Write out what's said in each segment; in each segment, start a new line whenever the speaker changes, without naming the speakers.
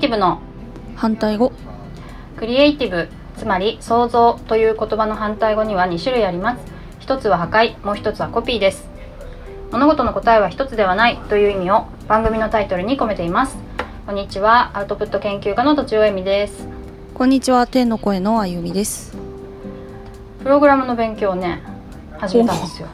ティブの
反対語
クリエイティブつまり創造という言葉の反対語には2種類あります一つは破壊もう一つはコピーです物事の答えは一つではないという意味を番組のタイトルに込めていますこんにちはアウトプット研究家の土尾恵美です
こんにちは天の声のあゆみです
プログラムの勉強をね始めたんですよ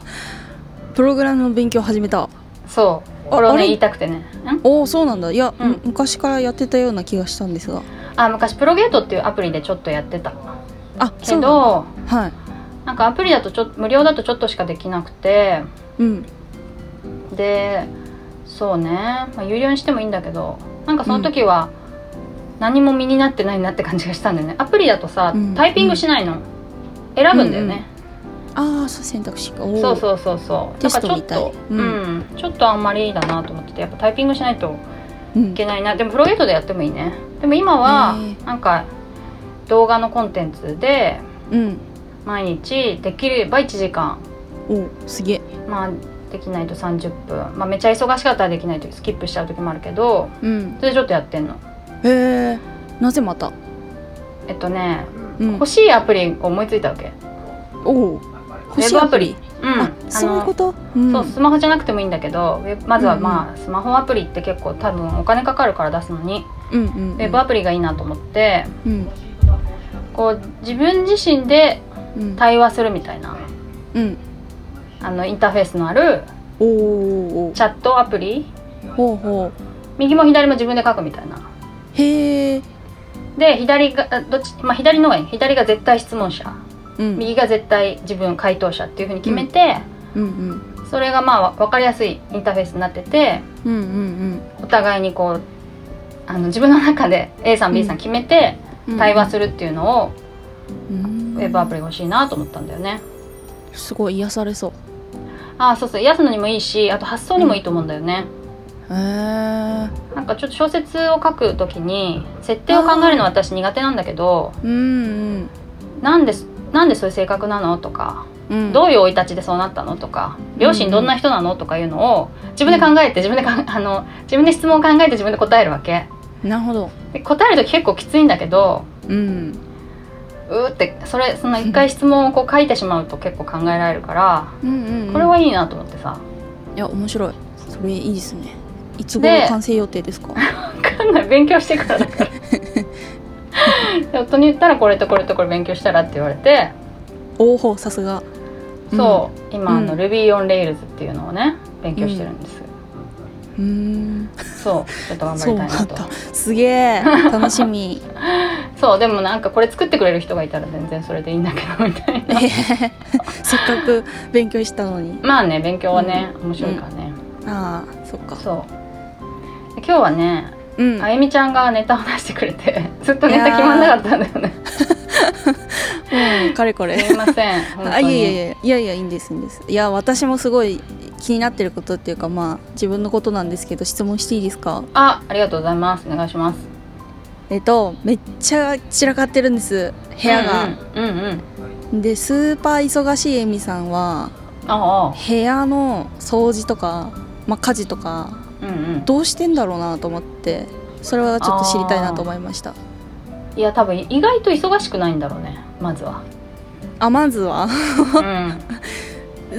プログラムの勉強始めた
そう
あ
これを
あ
ね
れ
言いたくてねん
おおそうなんだいや、
うん
昔からやってたような気がしたんですが
あ昔プロゲートっていうアプリでちょっとやってた
あ
け
そうなん
ど
だはい
なんかアプリだとちょ無料だとちょっとしかできなくて
うん
でそうね、まあ、有料にしてもいいんだけどなんかその時は何も身になってないなって感じがしたんだよねアプリだとさ、
うん
タイピングしないの、選ぶんだよね、
ああそう選択肢かおー
そうそうそうそう
テ
だか
ス
らちょ
トみ
った
い
と、うんちょっとあんまりだなと思っててやっぱタイピングしないと
うん
いけないなでもプロゲートでやってもいいねでも今は
へー
なんか動画のコンテンツで
うん
毎日できれば1時間
おーすげえ
まあできないと30分、まあ、めちゃ忙しかったらできないとスキップしちゃう時もあるけど
うん
それでちょっとやってんの
へえなぜまた
えっとね
うん
欲しいアプリを思いついたわけ
おお欲し
ウェ
い
ブ
ア
ア
プ
プ
リ
リうん
あそういうことうん
そうスマホじゃなくてもいいんだけどウェブまずは
うんうん
まあスマホアプリって結構多分お金かかるから出すのに
うんうん
ウ
うん
ェブアプリがいいなと思って
うん
こう自分自身で
うん
対話するみたいな
うん
あのインターフェースのある
おーおーおー
チャットアプリ
ほうほ
右も左も自分で書くみたいな
うへえ
で左があどっち、まあ、左の方がいい左が絶対質問者
うん
右が絶対自分回答者っていうふうに決めて、
うんうん
それがまあわ分かりやすいインターフェースになってて
うんうん
お互いにこうあの自分の中で A さん B さん決めて
うん
対話するっていうのを
うん
ウェブアプリが欲しいなと思ったんだよね。
すごい癒されそう
ああそうそう癒すのにもいいしあと発想にもいいと思うんだよね。
へえ
なんかちょっと小説を書くときに設定を考えるのは私苦手なんだけど
うん
なんでなんでそういう性格なのとか
うん
どういう生い立ちでそうなったのとか両親どんな人なのとかいうのを自分で考えて自分でかんあの自分で質問を考えて自分で答えるわけ
うんなるほど
で答える時結構きついんだけど
うん
うーってそれその一回質問をこう書いてしまうと結構考えられるから
うんうんうん
これはいいなと思ってさ
いや面白いそれいいですねいつ頃
で
完成予定で すか
分かんない勉強して からだからで夫に言ったらこれとこれとこれ勉強したらって言われて
おおさすが
そう今あ
う
の
ん
RubyOnRails っていうのをね勉強してるんです
うんうーん
そうちょっと頑張
そう
りた
ない
なんと
だすげ え楽しみ
そうでもなんかこれ作ってくれる人がいたら全然それでいいんだけどみたい
え
な
へへせっかく勉強したのに
まあね勉強はね、面白いからね、
ああそっか
そうで今日はね、
うん
あゆみちゃんがネタを出してくれてずっとネタ決まんなかったんだよね
うんかれこれ
すいませ ん本当に
あいやいやいやいやいやいいんですいいんですいや私もすごい気になってることっていうかまあ自分のことなんですけど質問していいですか
あありがとうございますお願いします
えっとめっちゃ散らかってるんです部屋が、
うんうん、うんうん
でスーパー忙しいエミさんは
ああ
部屋の掃除とか、まあ、家事とか
うんうん
どうしてんだろうなと思ってそれはちょっと知りたいなと思いました
いや多分意外と忙しくないんだろうねまずは
あまずは
うん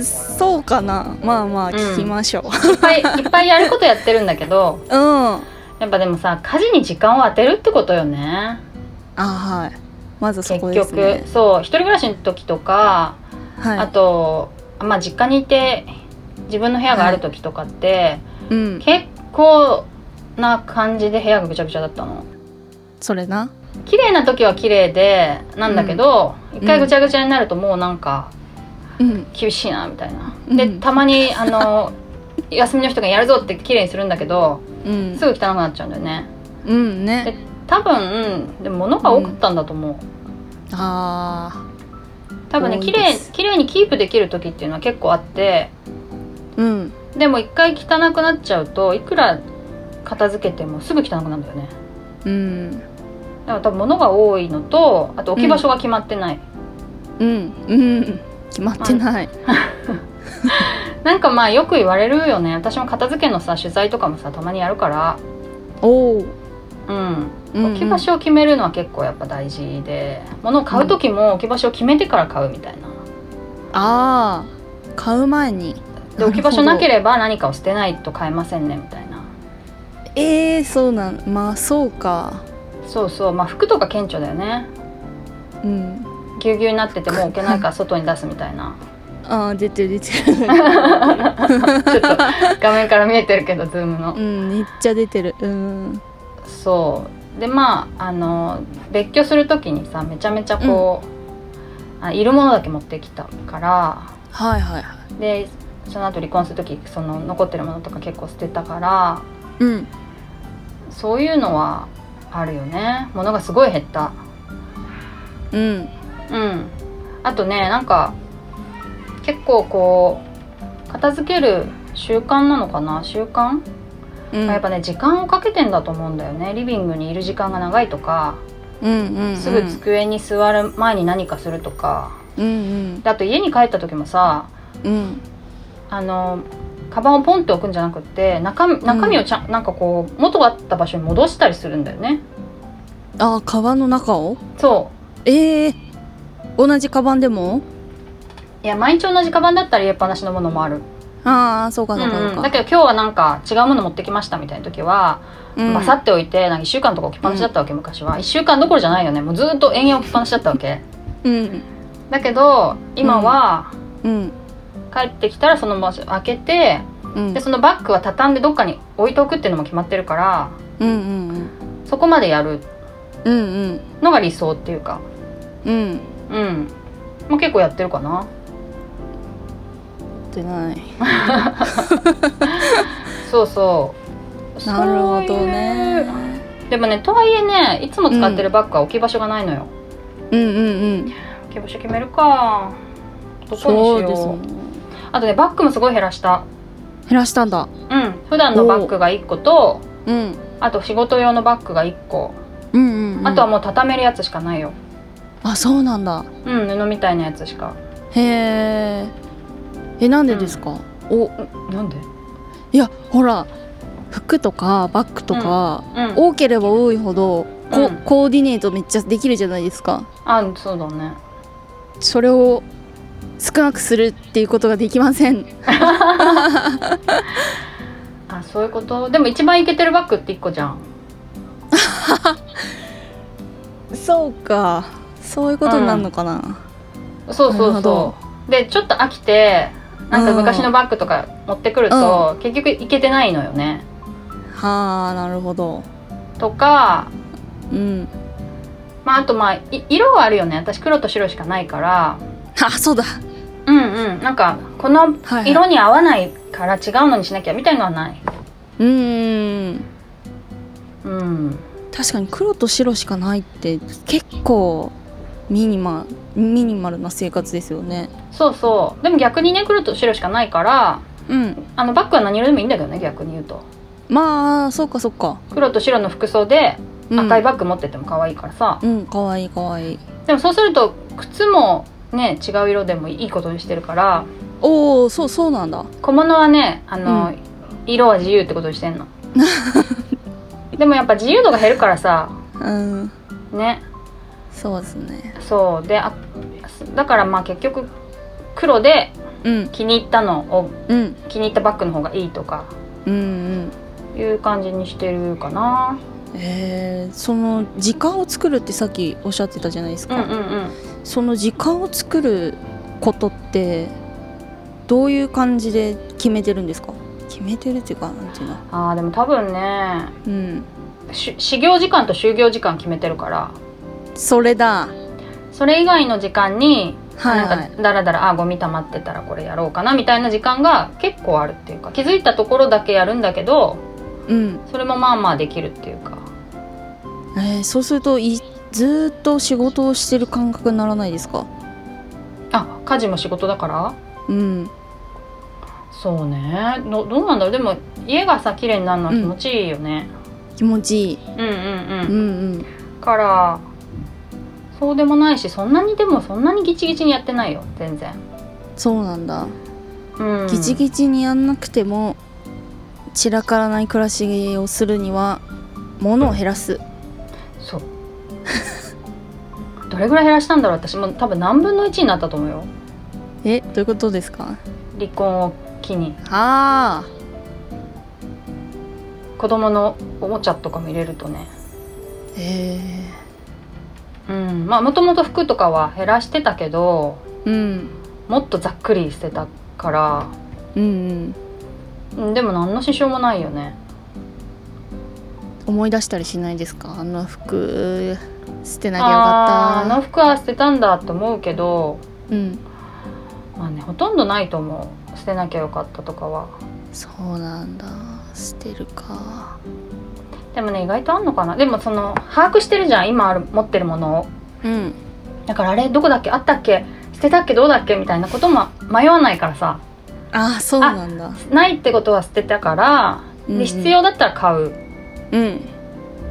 そうかなまあまあ
うん
聞きましょう
いっぱい いっぱいやることやってるんだけど
うん、あ
やっぱでもさ家事に時間を当てるってことよね
はいまずそ
結
こ
局
ですね
そう一人暮らしの時とか、あ
は
とまあ実家にいて自分の部屋がある時とかって、
い、うん、
結構な感じで部屋がぐちゃぐちゃだったの
それな
綺麗な時は綺麗でなんだけど、一回ぐちゃぐちゃになるともうなんか
うん
厳しいなみたいな、
うん
でたま にあの休みの人がやるぞって綺麗にするんだけど
うん
すぐ汚くなっちゃうんだよね
うん
で
ね
多分でも物が多かったんだと思う、
あ
多分ね
多
綺
いで
麗
す
綺麗にキープできる時っていうのは結構あって
ーうん
でも一回汚くなっちゃうといくら片付けてもすぐ汚くなるんだよね
うん
だから多分物が多いのとあと置き場所が決まってない、
うんうん決まってない、
なんかまあよく言われるよね私も片付けのさ取材とかもさたまにやるからう
おお
ん、
うんうん
置き場所を決めるのは結構やっぱ大事で物を買う時も置き場所を決めてから買うみたいな。
ああ買う前に
で置き場所
なるほど
なければ何かを捨てないと買えませんねみたいな
えー、そうなんまあそうか
そうそうまあ服とか顕著だよね
うん
ぎゅうぎゅうになっててもう置けないから外に出すみたい な
ああ出てる出 てる
ちょっと画面から見えてるけどズームの
うんめっちゃ出てるうん
そうでまああの別居する時にさめちゃめちゃこう、あいるものだけ持ってきたから
はいはいはい
でその後離婚する時その残ってるものとか結構捨てたから
うん
そういうのはあるよね物がすごい減った
うん
うんあとねなんか結構こう片付ける習慣なのかな習慣、
うん
やっぱね時間をかけてんだと思うんだよねリビングにいる時間が長いとか
うんうんうん
すぐ机に座る前に何かするとか、
うん
であと家に帰った時もさ
うんうん
あのカバンをポンって置くんじゃなくって中身中身をちゃん、なんかこう元あった場所に戻したりするんだよね
ああカバンの中を
そ
ええー、同じカバンでも
ういや毎日同じカバンだったら入れっぱなしのものもある、
ああそうかそうか
うん
そううんか、
だけど今日はなんか違うもの持ってきましたみたいな時は
うん
バサって置いてなんか1週間とか置きっぱなしだったわけ昔は1週間どころじゃないよねもうずっと延々置きっぱなしだったわけ
うん
だけど今は
うん
帰ってきたらその場所開けて
うん
でそのバッグは畳んでどっかに置いておくっていうのも決まってるから
うんうん
そこまでやる
うんうん
のが理想っていうか
うん
うんもう結構やってるかな
ってない
そうそう
なるほどね
そういうでもねとはいえねいつも使ってるバッグは置き場所がないのよ、
うんうんうん
置き場所決めるかどこに
そ
し
うです
よう
ね
あとねバッグもすごい減らした
減らしたんだ
うん普段のバッグが1個と
うん
あと仕事用のバッグが1個
うんうん、うん、
あとはもう畳めるやつしかないよ
あそうなんだ
うん布みたいなやつしか
へええなんでですか、お
なんで
いやほら服とかバッグとか、
うん
多ければ多いほどこ、
うん
コーディネートめっちゃできるじゃないですか
あそうだね
それを少なくするっていうことができません
あそういうことでも一番いけてるバッグって1個じゃん
そうかそういうことになるのかな、
そうそ
な
う
るほど
そうでちょっと飽きてなんか昔のバッグとか持ってくると、結局いけてないのよね
はあなるほど
とか、
うん
まあ、あとまあい色はあるよね私黒と白しかないから
あそうだ
うんうんなんかこの
はい
色に合わないから違うのにしなきゃみたいのはない、
うーん
うん、
確かに黒と白しかないって結構ミニマミニマルな生活ですよね
そうそうでも逆にね黒と白しかないから
うん
あのバッグは何色でもいいんだけどね逆に言うと
まあそうかそうか、
黒と白の服装で
うん、
赤いバッグ持ってっても可愛いからさ、
うんかわいいかわいい
でもそうすると靴もね違う色でもいいことにしてるから
おおそうそうなんだ
小物はねあの、
う
色は自由ってことにしてんの でもやっぱ自由度が減るからさ
うん
ね
そうですね
そうであだからまあ結局黒で
うん
気に入ったのを
うん
気に入ったバッグの方がいいとか
うんうん
いう感じにしてるかな
えー、その時間を作るってさっきおっしゃってたじゃないです
うん
か、
うんうん
その時間を作ることってどういう感じで決めてるんですか決めてるっていうかなんていうの
あーでも多分ね
うん
し始業時間と就業時間決めてるから
それだ
それ以外の時間に
はい、は
ないん、かだらだらあゴミ溜まってたらこれやろうかなみたいな時間が結構あるっていうか気づいたところだけやるんだけど
うん
それもまあまあできるっていうか
えー、そうするといずーっと仕事をしてる感覚にならないですか
あ家事も仕事だから
うん
そうねどどうなんだろうでも家がさ綺麗になるのは
うん
気持ちいいよね、
気持ちいい
うん、うんうん
うんうん
からそうでもないしそんなにでもそんなにギチギチにやってないよ全然、
そうなんだ
うん、
ギチギチにやんなくても散らからない暮らしをするには物を減らす
そう どれぐらい減らしたんだろう私もう多分何分の1になったと思うよ
えどういうことですか
離婚を機に
あー
子供のおもちゃとかも入れるとね
え
うんまあもともと服とかは減らしてたけど
ー、うん
もっとざっくりしてたから
うんうん
うんでも何の支障もないよね
思い出したりしないですかあの服捨てなきゃよ
あーあ
か
の
っ
服は捨てたんだと思うけど
たうん
まあねほとんどないと思う捨てなきゃよかったとかは
そうなんだ捨てるか
でもね意外とあんのかなでもその把握してるじゃん今ある持ってるものを
うん
だからあれどこだっけあったっけ捨てたっけどうだっけみたいなことも迷わないからさ
ああそうなんだ
ないってことは捨てたから
うんう
で
ん
必要だったら買う
うん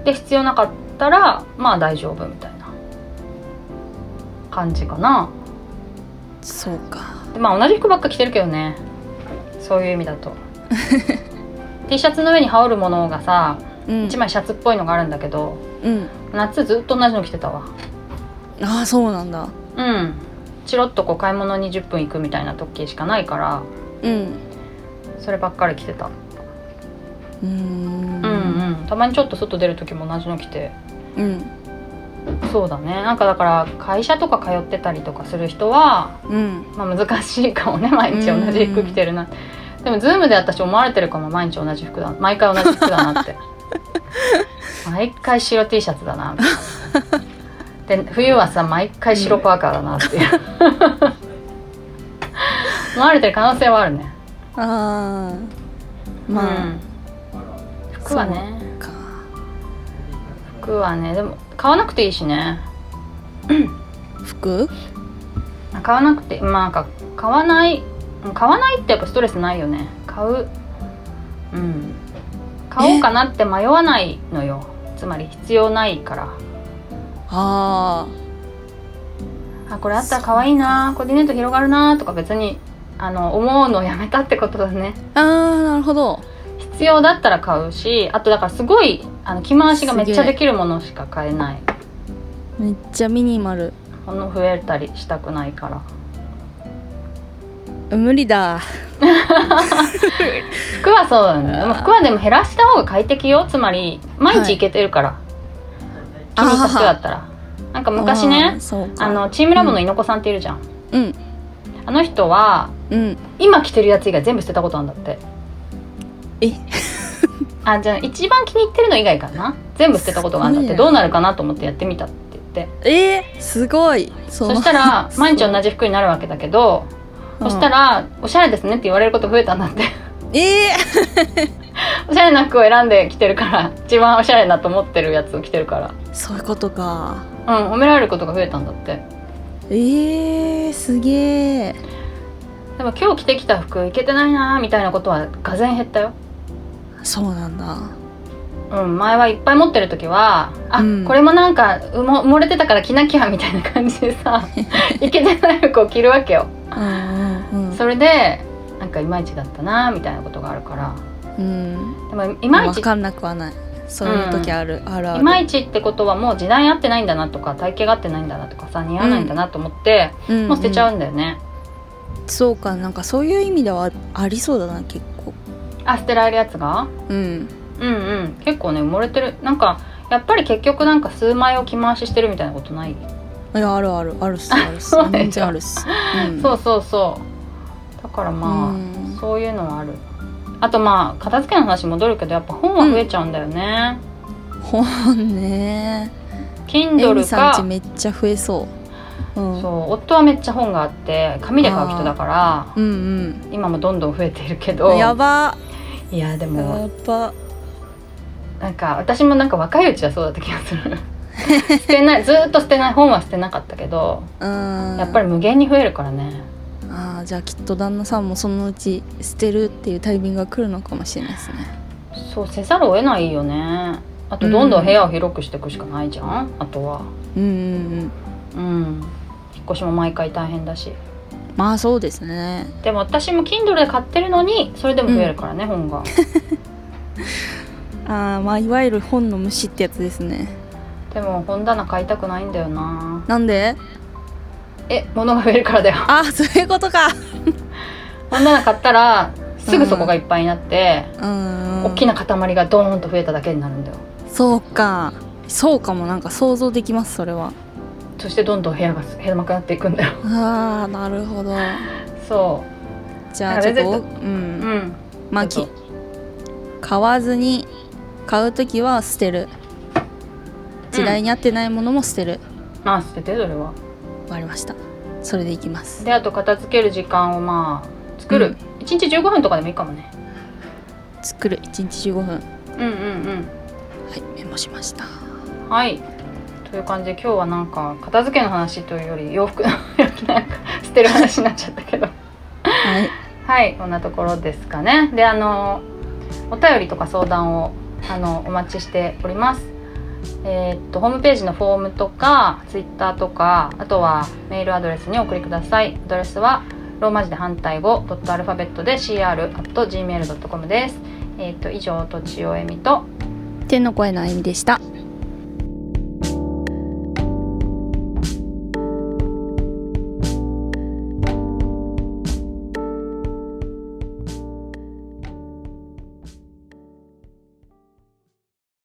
で必要なかったらまあ大丈夫みたいな感じかな
そうか
でまあ同じ服ばっか着てるけどねそういう意味だ と T シャツの上に羽織るものがさ
うん
1枚シャツっぽいのがあるんだけど
うん
夏ずっと同じの着てたわ
ああそうなんだ
うんチロッとこう買い物に10分行くみたいな時しかないから
うん
そればっかり着てた
うーん
うんうんたまにちょっと外出る時も同じの着て
うん
そうだねなんかだから会社とか通ってたりとかする人は、
うん
まあ、難しいかもね 毎日同じ服着てるなでもズームで私思われてるかも毎日同じ服だ毎回同じ服だ なって毎回白 T シャツだなみたいなで冬はさ毎回白パーカーだなっていう思われてる可能性はあるね
ああま
う
あ、
ん、服はね
か
服はねでも買わなくていいしね
服
買わなくてまあか買わないうん買わないってやっぱストレスないよね買ううん買おうかなって迷わないのよつまり必要ないから
ああ
あこれあったら可愛いなコーディネート広がるなとか別にあの思うのをやめたってことだね
あーなるほど
必要だったら買うしあとだからすごいあの着回しがめっち
す
ゃ
げえ
できるものしか買えない
めっちゃミニマル
ほんの増えたりしたくないから
無理だ
服はそうだねでも服はでも減らした方が快適よつまり毎日行けてるから、気に入った服だったらなんか昔
あー
ね
そうか
あのチームラボの猪子さんっているじゃん、
うん
あの人は
うん
今着てるやつ以外全部捨てたことなんだって
え
あじゃあ一番気に入ってるの以外かな全部捨てたことがあるんだっ
す
て
ごいね
どうなるかなと思ってやってみたって言って
えー、すごいそ
そうしたら毎日同じ服になるわけだけどそした、ら「おしゃれですね」って言われること増えたんだって
うん えー、
おしゃれな服を選んで着てるから一番おしゃれなと思ってるやつを着てるから
そういうことか
うん、褒められることが増えたんだって
えー、すげえ
でも今日着てきた服いけてないなーみたいなことはがぜん減ったよ、
そうなんだ
うん、前はいっぱい持ってる時はあ、
うん
これもなんか埋も埋もれてたから着なきゃみたいな感じで さいけてない服を着るわけよ
うんうん
それでなんかいまいちだったなーみたいなことがあるから
うん
でもい
うん
まい
わ
ち
かんなくはないそういう時ある、あるある
いまいちってことはもう時代に合ってないんだなとか体型が合ってないんだなとかさ似合わないんだなと思って、
うんうん
もう捨てちゃうんだよね、
そうかなんかそういう意味ではありそうだな結構
あ捨てられるやつが
うん
うんうん結構ね埋もれてるなんかやっぱり結局なんか数枚を着回ししてるみたいなことない、
いやあるあるあるっ すあるっす
そうでしょ
全然あるっす、うん、
そううそうそうだからまあ、
ん
そういうのはあるあとまあ片付けの話戻るけどやっぱ本は増えちゃうんだよね、
本ねエミ
Kindle
さ
か
んち
そう
めっちゃ増えそう、うん、
夫はめっちゃ本があって紙で買う人だから
うん
今もどんどん増えてるけ
う
ど
んやば
いやでも
やば
なんか私もなんか若いうちはそうだった気がする 捨てないずーっと捨てない本は捨てなかったけど
うん
やっぱり無限に増えるからね
あーじゃあきっと旦那さんもそのうち捨てるっていうタイミングが来るのかもしれないですね
そうせざるを得ないよねあとどんどん部屋を広くしていくしかないじゃん、あとは
うんうんうん
うん引っ越しも毎回大変だし
まあそうですね
でも私も Kindle で買ってるのにそれでも増えるからね、本が
ああまあいわゆる本の虫ってやつですね
でも本棚買いたくないんだよな
なんで
え物が増えるからだよ
ああそういうことか
本棚買ったらすぐそこがいっぱいになって、
うーん
大きな塊がドーンと増えただけになるんだよ
そうかそうかもなんか想像できますそれは
そしてどんどん部屋が狭くなっていくんだよ
ああなるほど
そ
じゃあ
あ
ちょ
れ
っと
です
う
うんん
まあ
ちょ
き
っと
買わずに買う時は捨てる時代に合ってないものも捨てる、
まあ捨ててそれは
わかりましたそれでいきます
であと片付ける時間をまあ作る、一1日15分とかでもいいかもね
作る1日15分は
うんうん
いメモしました
うんはいという感じで今日はなんか片付けの話というより洋服の なんか捨てる話になっちゃったけど
はい
はいこんなところですかねであのお便りとか相談をあのお待ちしておりますえーっとホームページのフォームとかツイッターとかあとはメールアドレスにお送りくださいアドレスはローマ字で反対語ドットアルファベットで cr.gmail.com ですえーっと以上とちおえみと
天の声のあゆみでした